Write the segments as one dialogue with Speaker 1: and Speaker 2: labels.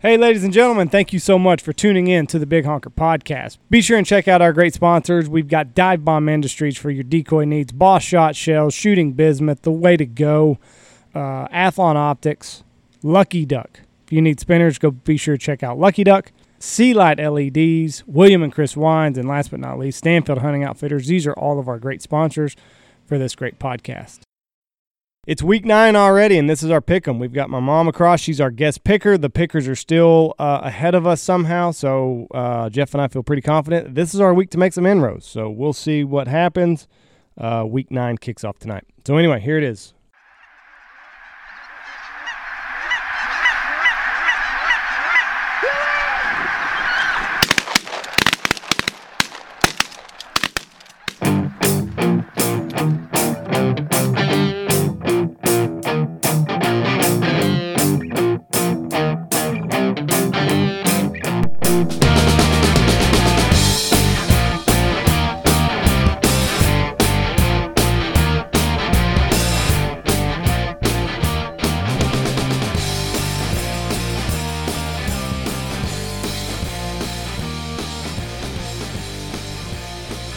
Speaker 1: Hey, ladies and gentlemen, thank you so much for tuning in to the Big Honker Podcast. Be sure and check out our great sponsors. We've got Dive Bomb Industries for your decoy needs, Boss Shot Shells, Shooting Bismuth, The Way to Go, uh, Athlon Optics, Lucky Duck. If you need spinners, go be sure to check out Lucky Duck, Sea Light LEDs, William and Chris Wines, and last but not least, Stanfield Hunting Outfitters. These are all of our great sponsors for this great podcast. It's week nine already, and this is our pick 'em. We've got my mom across; she's our guest picker. The pickers are still uh, ahead of us somehow, so uh, Jeff and I feel pretty confident. This is our week to make some inroads, so we'll see what happens. Uh, week nine kicks off tonight. So anyway, here it is.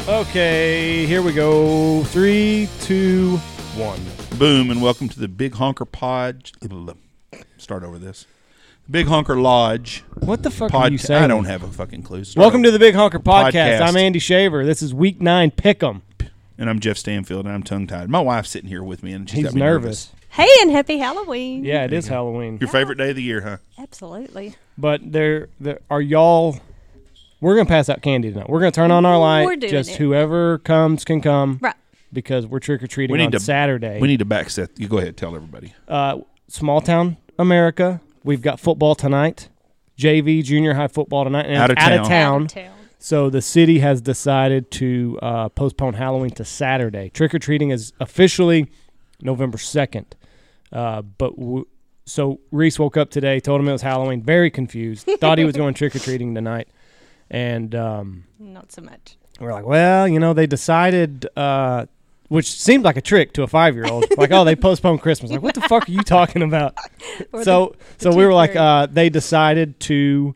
Speaker 1: Okay, here we go. Three, two, one.
Speaker 2: Boom, and welcome to the Big Honker Pod. Start over this. Big Honker Lodge
Speaker 1: What the fuck are you
Speaker 2: podcast.
Speaker 1: saying?
Speaker 2: I don't have a fucking clue. Start
Speaker 1: Welcome to
Speaker 2: over.
Speaker 1: the Big Honker Podcast.
Speaker 2: Podcast.
Speaker 1: I'm Andy Shaver. This is week nine pick 'em.
Speaker 2: And I'm Jeff Stanfield, and I'm tongue tied. My wife's sitting here with me, and she's
Speaker 1: He's
Speaker 2: got me
Speaker 1: nervous.
Speaker 3: Hey, and happy Halloween.
Speaker 1: Yeah, it is Halloween.
Speaker 2: Your favorite day of the year, huh?
Speaker 3: Absolutely.
Speaker 1: But there, there are y'all. We're gonna pass out candy tonight. We're gonna turn on our light.
Speaker 3: We're doing
Speaker 1: Just
Speaker 3: it.
Speaker 1: whoever comes can come
Speaker 3: Right.
Speaker 1: because we're trick or treating
Speaker 2: We need
Speaker 1: on
Speaker 2: to-
Speaker 1: Saturday.
Speaker 2: We need to back set. You go ahead, tell everybody.
Speaker 1: uh, small town America. We've got football tonight. JV junior high football tonight, and
Speaker 2: Out
Speaker 1: it's
Speaker 2: of
Speaker 1: out of
Speaker 3: Out
Speaker 1: town.
Speaker 3: of town.
Speaker 1: So the city has decided to uh, postpone Halloween to Saturday. Trick or treating is officially November second. Uh, but w- so Reese woke up today, told him it was Halloween, very confused, thought he was going trick or treating tonight, and um,
Speaker 3: Not so much.
Speaker 1: we're like, well, you know, they decided, uh, which seemed like a trick to a five year old. like, oh, they postponed Christmas. Like, what the fuck are you talking about?
Speaker 3: Or
Speaker 1: so,
Speaker 3: the
Speaker 1: so we were
Speaker 3: two
Speaker 1: like,
Speaker 3: thirty.
Speaker 1: uh, they decided to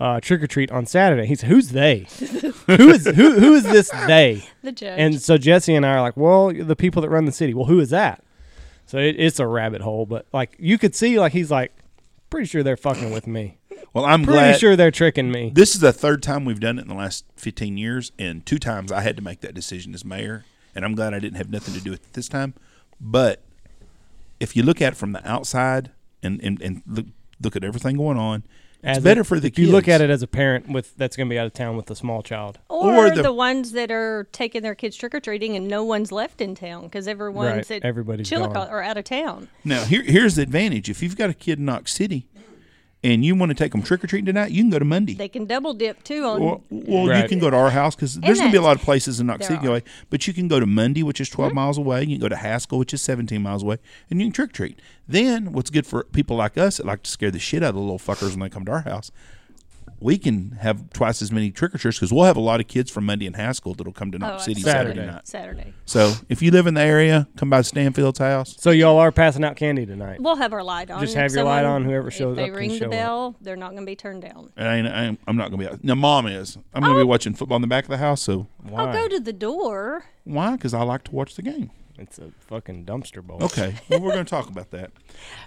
Speaker 1: uh, trick or treat on Saturday. He said, who's they? who is who? Who is this they?
Speaker 3: the, the judge.
Speaker 1: And so Jesse and I are like, well, the people that run the city. Well, who is that? So it, it's a rabbit hole, but like you could see, like he's like, pretty sure they're fucking with me.
Speaker 2: Well, I'm
Speaker 1: Pretty
Speaker 2: glad.
Speaker 1: sure they're tricking me.
Speaker 2: This is the third time we've done it in the last 15 years, and two times I had to make that decision as mayor, and I'm glad I didn't have nothing to do with it this time. But if you look at it from the outside and, and, and look, look at everything going on,
Speaker 1: As
Speaker 2: it's better
Speaker 1: it-
Speaker 2: for the
Speaker 1: if
Speaker 2: kids.
Speaker 1: you look at it as a parent with that's going to be out of town with a small child.
Speaker 3: or
Speaker 2: or the-
Speaker 3: the, ones that are taking their kids trick or treating and no one's left in town because everyone's
Speaker 1: Right,
Speaker 3: at
Speaker 1: everybody's
Speaker 3: Chillicothe
Speaker 1: gone.
Speaker 3: or out of town.
Speaker 2: Now, here, here's the advantage. If you've got a kid in Knox City and you want to take them trick or treating tonight, you can go to Monday.
Speaker 3: They can double dip too on.
Speaker 2: well, well,
Speaker 1: Right.
Speaker 2: you can go to our house because there's going to be a
Speaker 3: that-
Speaker 2: lot of places in Knox
Speaker 3: there
Speaker 2: City,
Speaker 3: Mm-hmm.
Speaker 2: anyway, but you can go to Mundy, which is 12 miles away. You can go to Haskell, which is 17 miles away, and you can trick or treat. Then, what's good for people like us that like to scare the shit out of the little fuckers when they come to our house, we can have twice as many trick or treaters because we'll have a lot of kids from Mundy and Haskell that'll come to Knox City Saturday.
Speaker 3: absolutely.
Speaker 1: Saturday
Speaker 2: night.
Speaker 3: oh, Saturday.
Speaker 2: So, if you live in the area, come by Stanfield's house.
Speaker 1: So y'all are passing out candy tonight.
Speaker 3: We'll have our light on.
Speaker 1: Just
Speaker 3: If
Speaker 1: have your light
Speaker 3: someone-
Speaker 1: on, whoever shows
Speaker 3: if they
Speaker 1: up can
Speaker 3: ring
Speaker 1: show
Speaker 3: the
Speaker 1: up.
Speaker 3: bell, they're not going to be turned down.
Speaker 2: And I ain't, I ain't, I'm not gonna be out. Now, mom is. I'm
Speaker 3: Oh.
Speaker 2: gonna be watching football in the back of the house. So
Speaker 1: Why?
Speaker 3: I'll go to the door.
Speaker 2: why? Because I like to watch the game.
Speaker 1: it's a fucking dumpster bowl.
Speaker 2: Okay, well, we're gonna talk about that.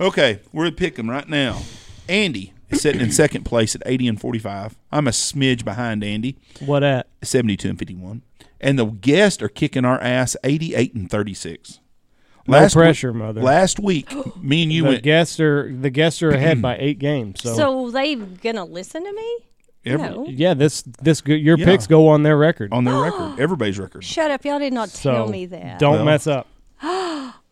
Speaker 2: Okay, we're at pick 'em right now. Andy is sitting in second place at 80 and 45. I'm a smidge behind Andy,
Speaker 1: What at?
Speaker 2: 72 and 51. And the guests are kicking our ass, 88 and 36.
Speaker 1: No
Speaker 2: Last week-
Speaker 1: pressure, mother.
Speaker 2: Last week, me and you
Speaker 1: the
Speaker 2: went.
Speaker 1: guests are the guests are ahead by eight games. So,
Speaker 3: So they going to listen to me?
Speaker 2: Every-
Speaker 3: no.
Speaker 1: yeah, this this good, your
Speaker 2: Yeah.
Speaker 1: picks go on their record.
Speaker 2: On their record, everybody's record.
Speaker 3: Shut up! Y'all did not
Speaker 1: so
Speaker 3: tell me that.
Speaker 1: don't
Speaker 2: Well-
Speaker 1: mess up.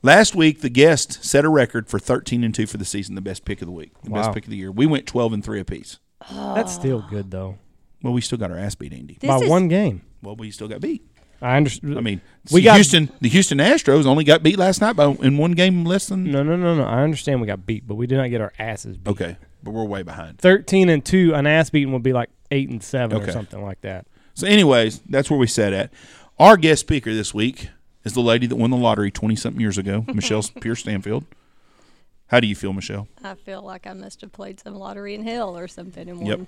Speaker 2: Last week, the guest set a record for 13 and 2 for the season, the best pick of the week, the
Speaker 1: Wow.
Speaker 2: best pick of the year. We went 12 and 3 apiece.
Speaker 1: That's still good though.
Speaker 2: Well, we still got our ass beat, Andy.
Speaker 3: This
Speaker 1: by
Speaker 3: is-
Speaker 1: one game.
Speaker 2: Well, we still got beat.
Speaker 1: I understand.
Speaker 2: I mean,
Speaker 1: We
Speaker 2: see,
Speaker 1: got-
Speaker 2: Houston. The Houston Astros only got beat last night by in one game less than.
Speaker 1: no, no, no, no. I understand we got beat, but we did not get our asses beat.
Speaker 2: Okay, but we're way behind.
Speaker 1: Thirteen and two, an ass beating would be like eight and seven or
Speaker 2: Okay.
Speaker 1: something like that.
Speaker 2: So, anyways, that's where we sat at. Our guest speaker this week is the lady that won the lottery twenty something years ago, Michelle Pierce Stanfield. How do you feel, Michelle?
Speaker 3: I feel like I must have played some lottery in hell or something and
Speaker 2: Yep.
Speaker 3: won.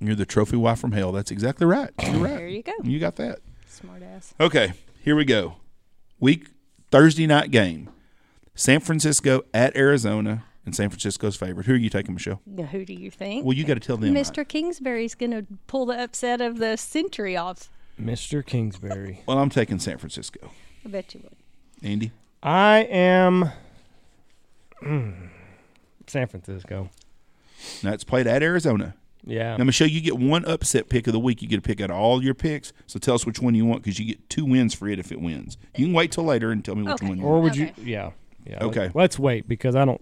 Speaker 2: You're the trophy wife from hell. That's exactly right. You're right.
Speaker 3: There you go.
Speaker 2: You got that.
Speaker 3: Smart ass.
Speaker 2: Okay, here we go. Week Thursday night game. San Francisco at Arizona, and San Francisco's favorite. Who are you taking, Michelle?
Speaker 3: Now, who do you think?
Speaker 2: Well, you got to tell them.
Speaker 3: Mr. Kingsbury's going to pull the upset of the century off.
Speaker 1: Mr. Kingsbury.
Speaker 2: Well, I'm taking San Francisco.
Speaker 3: I bet you would.
Speaker 2: Andy,
Speaker 1: I am Mm, San Francisco.
Speaker 2: now it's played at Arizona.
Speaker 1: Yeah.
Speaker 2: Now, Michelle, you get one upset pick of the week. You get a pick out of all your picks. So tell us which one you want because you get two wins for it if it wins. You can wait till later and tell me which
Speaker 3: Okay.
Speaker 2: one you
Speaker 1: Or
Speaker 2: want.
Speaker 1: would
Speaker 3: Okay.
Speaker 1: you? Yeah. Yeah. let-
Speaker 2: Okay.
Speaker 1: Let's wait because I don't.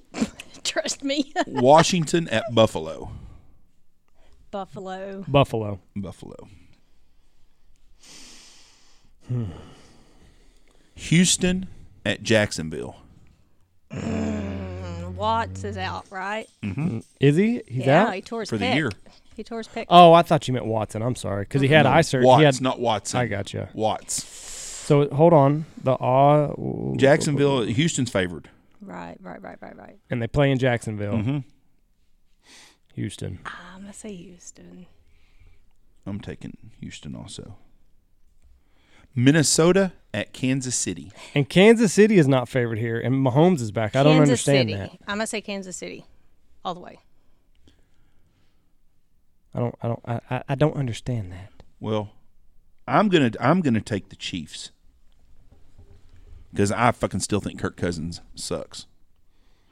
Speaker 3: Trust me.
Speaker 2: Washington at Buffalo.
Speaker 3: Buffalo.
Speaker 1: Buffalo.
Speaker 2: Buffalo. Houston at Jacksonville.
Speaker 3: Watts is out, right?
Speaker 1: Is he? He's
Speaker 3: yeah,
Speaker 1: out.
Speaker 3: he tore his
Speaker 2: for the
Speaker 3: pec.
Speaker 2: year.
Speaker 3: He tore his pec.
Speaker 1: oh, I thought you meant Watson. I'm sorry because he had eye surgery.
Speaker 2: Watts,
Speaker 1: He had,
Speaker 2: not Watson.
Speaker 1: I gotcha.
Speaker 2: Watts.
Speaker 1: So hold on. The awe.
Speaker 2: Jacksonville, Houston's favored.
Speaker 3: Right, right, right, right, right.
Speaker 1: And they play in Jacksonville. Houston.
Speaker 3: I'm going to say Houston.
Speaker 2: I'm taking Houston also. Minnesota at Kansas City.
Speaker 1: And Kansas City is not favored here. And Mahomes is back. I don't
Speaker 3: Kansas
Speaker 1: understand
Speaker 3: City.
Speaker 1: that.
Speaker 3: I'm going to say Kansas City all the way.
Speaker 1: I don't. I don't. I, I, I don't understand that.
Speaker 2: Well, I'm gonna I'm gonna take the Chiefs because I fucking still think Kirk Cousins sucks.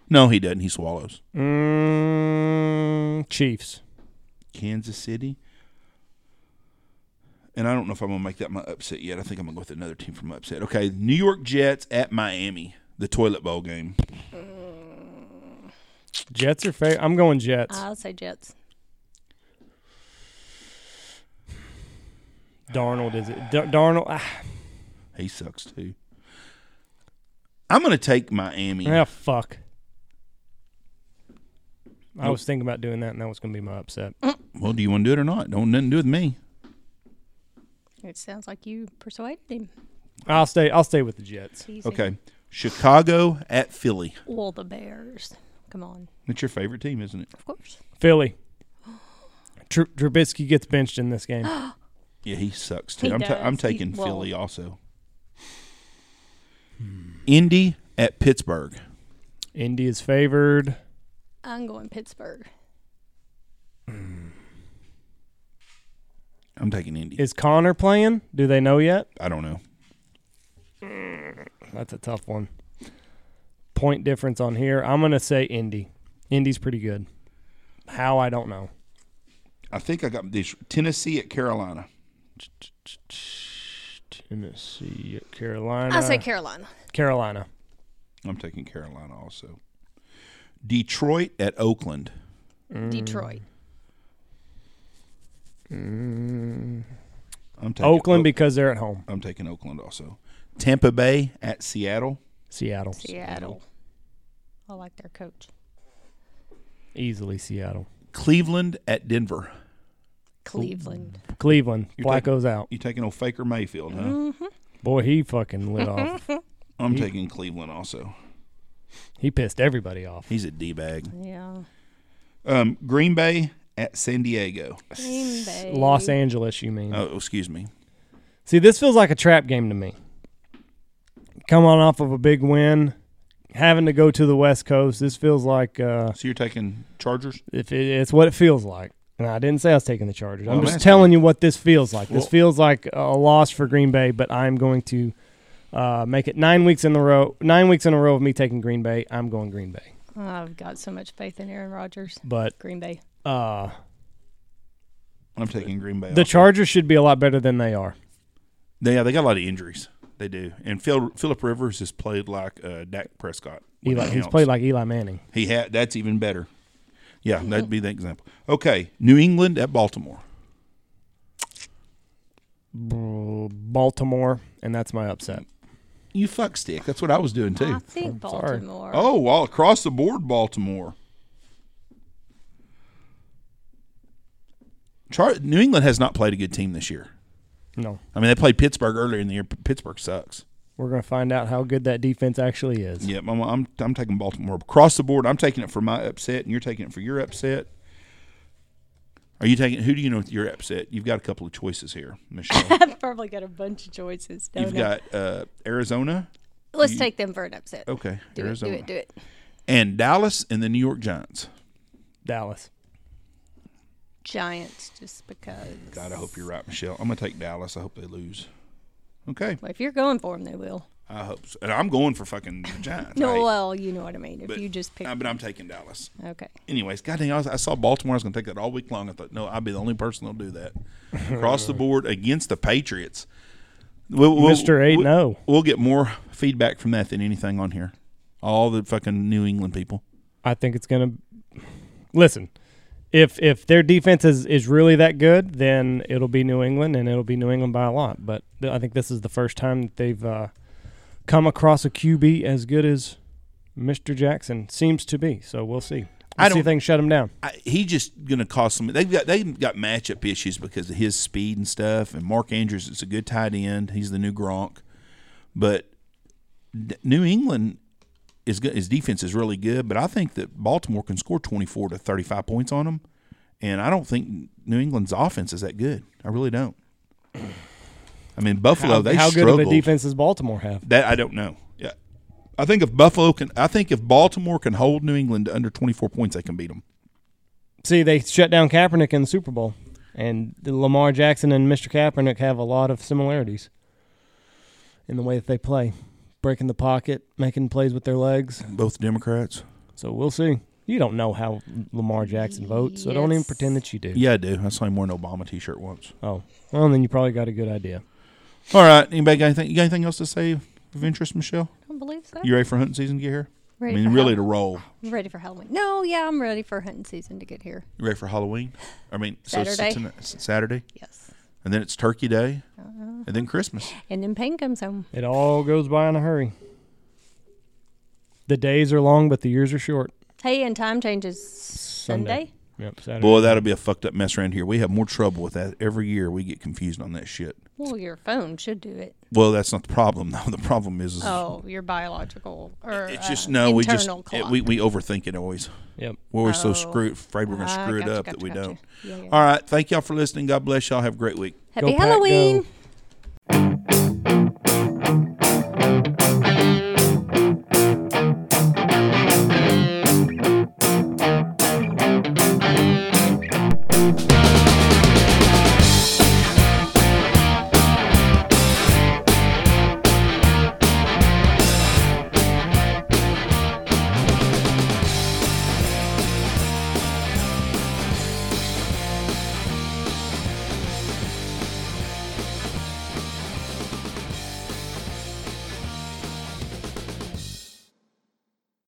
Speaker 2: No, he doesn't. He swallows.
Speaker 1: Mm, Chiefs.
Speaker 2: Kansas City. And I don't know if I'm gonna make that my upset yet. I think I'm gonna go with another team from upset. Okay, New York Jets at Miami, the toilet bowl game.
Speaker 1: Jets are favorite. I'm going Jets.
Speaker 3: I'll say Jets.
Speaker 1: Darnold is it? Dar- Darnold. Ah,
Speaker 2: He sucks too. I'm gonna take Miami.
Speaker 1: ah, fuck. I was thinking about doing that, and that was going to be my upset.
Speaker 2: Well, do you want to do it or not? Don't nothing to do with me.
Speaker 3: It sounds like you persuaded him.
Speaker 1: I'll stay. I'll stay with the Jets.
Speaker 3: Easy.
Speaker 2: Okay, Chicago at Philly.
Speaker 3: Well, the Bears. Come on.
Speaker 2: That's your favorite team, isn't it?
Speaker 3: Of course.
Speaker 1: Philly. Tr- Trubisky gets benched in this game.
Speaker 2: Yeah, he sucks too.
Speaker 3: He
Speaker 2: I'm, ta- I'm
Speaker 3: does. He-
Speaker 2: taking
Speaker 3: well-
Speaker 2: Philly also. Indy at Pittsburgh.
Speaker 1: Indy is favored.
Speaker 3: I'm going Pittsburgh.
Speaker 2: I'm taking Indy.
Speaker 1: Is Connor playing? Do they know yet?
Speaker 2: I don't know.
Speaker 1: That's a tough one. Point difference on here. I'm going to say Indy. Indy's pretty good. How I don't know.
Speaker 2: I think I got this Tennessee at Carolina.
Speaker 1: Tennessee, Carolina.
Speaker 3: I'll say Carolina.
Speaker 1: Carolina.
Speaker 2: I'm taking Carolina also. Detroit at Oakland. Mm.
Speaker 3: Detroit.
Speaker 2: I'm taking
Speaker 1: Oakland
Speaker 2: Oak-
Speaker 1: because they're at home.
Speaker 2: I'm taking Oakland also. Tampa Bay at Seattle.
Speaker 1: Seattle.
Speaker 3: Seattle. I like their coach.
Speaker 1: Easily Seattle.
Speaker 2: Cleveland at Denver.
Speaker 3: Cleveland.
Speaker 1: Cleveland.
Speaker 2: You're
Speaker 1: Flacco's out.
Speaker 2: You taking old Faker Mayfield, huh?
Speaker 3: Mm.
Speaker 1: Boy, he fucking lit off.
Speaker 2: I'm taking Cleveland also.
Speaker 1: He pissed everybody off.
Speaker 2: He's a D bag.
Speaker 3: Yeah.
Speaker 2: Um, Green Bay at San Diego.
Speaker 3: Green Bay.
Speaker 1: Los Angeles, you mean?
Speaker 2: Oh, excuse me.
Speaker 1: See, this feels like a trap game to me. Coming off of a big win, having to go to the West Coast, this feels like uh,
Speaker 2: So you're taking Chargers?
Speaker 1: if it, it's what it feels like. And I didn't say I was taking the Chargers. I'm
Speaker 2: Well, I'm
Speaker 1: just
Speaker 2: asking
Speaker 1: telling you what this feels like. This
Speaker 2: Well-
Speaker 1: feels like a loss for Green Bay, but I'm going to uh, make it nine weeks in the row. Nine weeks in a row of me taking Green Bay. I'm going Green Bay,
Speaker 3: I've got so much faith in Aaron Rodgers.
Speaker 1: but
Speaker 3: Green Bay.
Speaker 1: uh,
Speaker 2: I'm taking Green Bay.
Speaker 1: the
Speaker 2: also.
Speaker 1: Chargers should be a lot better than they are.
Speaker 2: They, yeah, they got a lot of injuries. They do. And Phil, Philip Rivers has played like uh, Dak Prescott. when
Speaker 1: Eli,
Speaker 2: it
Speaker 1: he's
Speaker 2: counts.
Speaker 1: played like Mm-hmm. Eli Manning.
Speaker 2: He had. That's even better. Yeah, that'd be the example. Okay, New England at Baltimore.
Speaker 1: Br- Baltimore, and that's my upset.
Speaker 2: You fuck stick. That's what I was doing
Speaker 3: I
Speaker 2: too.
Speaker 3: think
Speaker 1: sorry.
Speaker 3: Baltimore.
Speaker 2: Oh, well, across the board, Baltimore. Char- New England has not played a good team this year.
Speaker 1: No,
Speaker 2: I mean, they played Pittsburgh earlier in the year. P- Pittsburgh sucks.
Speaker 1: We're going to find out how good that defense actually is.
Speaker 2: Yeah, I'm, I'm I'm taking Baltimore across the board. I'm taking it for my upset, and you're taking it for your upset. Are you taking who do you know with your upset? You've got a couple of choices here, Michelle.
Speaker 3: I've probably got a bunch of choices. Don't
Speaker 2: You've
Speaker 3: I?
Speaker 2: got uh, Arizona.
Speaker 3: Let's take them for an upset.
Speaker 2: Okay,
Speaker 3: Do it, do
Speaker 2: Arizona
Speaker 3: it, do it.
Speaker 2: and Dallas and the New York Giants.
Speaker 1: Dallas.
Speaker 3: Giants, just because.
Speaker 2: God, I hope you're right, Michelle. I'm gonna take Dallas. I hope they lose. Okay,
Speaker 3: Well, if you're going for them, they will.
Speaker 2: I hope. So. And I'm going for fucking the Giants. I
Speaker 3: No, uh,
Speaker 2: hate-
Speaker 3: well, you know what I mean. If
Speaker 2: but-
Speaker 3: you just pick.
Speaker 2: uh, but I'm taking Dallas.
Speaker 3: okay.
Speaker 2: Anyways, God dang, I, was, I saw Baltimore. I was going to take that all week long. I thought, no, I'll be the only person that'll do that. Across the board against the Patriots. We'll, we'll,
Speaker 1: Mr. 8
Speaker 2: we'll-
Speaker 1: 0.
Speaker 2: We'll get more feedback from that than anything on here. All the fucking New England people.
Speaker 1: I think it's going to. Listen, if if their defense is, is really that good, then it'll be New England, and it'll be New England by a lot. But th- I think this is the first time that they've uh, come across a QB as good as Mr. Jackson seems to be. So we'll see. We'll see
Speaker 2: I don't-
Speaker 1: if they can shut him down.
Speaker 2: I, he just going to cause some. They've got they've got matchup issues because of his speed and stuff. And Mark Andrews is a good tight end. He's the new Gronk, but D- New England is good. His defense is really good, but I think that Baltimore can score twenty four to thirty five points on them. And I don't think New England's offense is that good. I really don't. I mean, Buffalo
Speaker 1: how,
Speaker 2: they
Speaker 1: how good of
Speaker 2: struggled.
Speaker 1: a defense does Baltimore have?
Speaker 2: That I don't know. Yeah, I think if Buffalo can, I think if Baltimore can hold New England to under twenty four points, they can beat them.
Speaker 1: See, they shut down Kaepernick in the Super Bowl, and Lamar Jackson and Mr. Kaepernick have a lot of similarities in the way that they play, breaking the pocket, making plays with their legs.
Speaker 2: Both Democrats.
Speaker 1: So we'll see. You don't know how Lamar Jackson votes, so don't even
Speaker 3: Yes.
Speaker 1: pretend that you do.
Speaker 2: Yeah, I do. I saw him wear an Obama T-shirt once.
Speaker 1: Oh, well, then you probably got a good idea.
Speaker 2: All right. Anybody got anything? You got anything else to say of interest, Michelle?
Speaker 3: I don't believe so.
Speaker 2: You ready for hunting season to get here?
Speaker 3: Ready
Speaker 2: I mean,
Speaker 3: for
Speaker 2: really to roll.
Speaker 3: I'm ready for Halloween. No, yeah, I'm ready for hunting season to get here.
Speaker 2: You ready for Halloween? I mean, so
Speaker 3: Saturday.
Speaker 2: it's tonight- it's Saturday,
Speaker 3: Yes.
Speaker 2: and then it's Turkey Day,
Speaker 3: Uh-huh.
Speaker 2: and then Christmas.
Speaker 3: And then Payne comes home.
Speaker 1: It all goes by in a hurry. The days are long, but the years are short.
Speaker 3: Hey, and time changes Sunday.
Speaker 1: Yep, Saturday.
Speaker 2: Boy, that'll be a fucked up mess around here. We have more trouble with that every year. We get confused on that shit.
Speaker 3: Well, your phone should do it.
Speaker 2: Well, that's not the problem though. The problem is, is
Speaker 3: Oh, your biological or
Speaker 2: it's just
Speaker 3: uh,
Speaker 2: no. We just
Speaker 3: internal
Speaker 2: it-
Speaker 3: clock.
Speaker 2: we we overthink it always.
Speaker 1: Yep.
Speaker 2: We're always so
Speaker 3: Oh.
Speaker 2: screwed, afraid we're going to
Speaker 3: Ah,
Speaker 2: screw it
Speaker 3: gotcha,
Speaker 2: up
Speaker 3: gotcha,
Speaker 2: that we
Speaker 3: gotcha.
Speaker 2: don't.
Speaker 3: Yeah, yeah.
Speaker 2: All right. Thank y'all for listening. God bless y'all. Have a great week.
Speaker 3: Happy
Speaker 1: Pack, go.
Speaker 3: Halloween.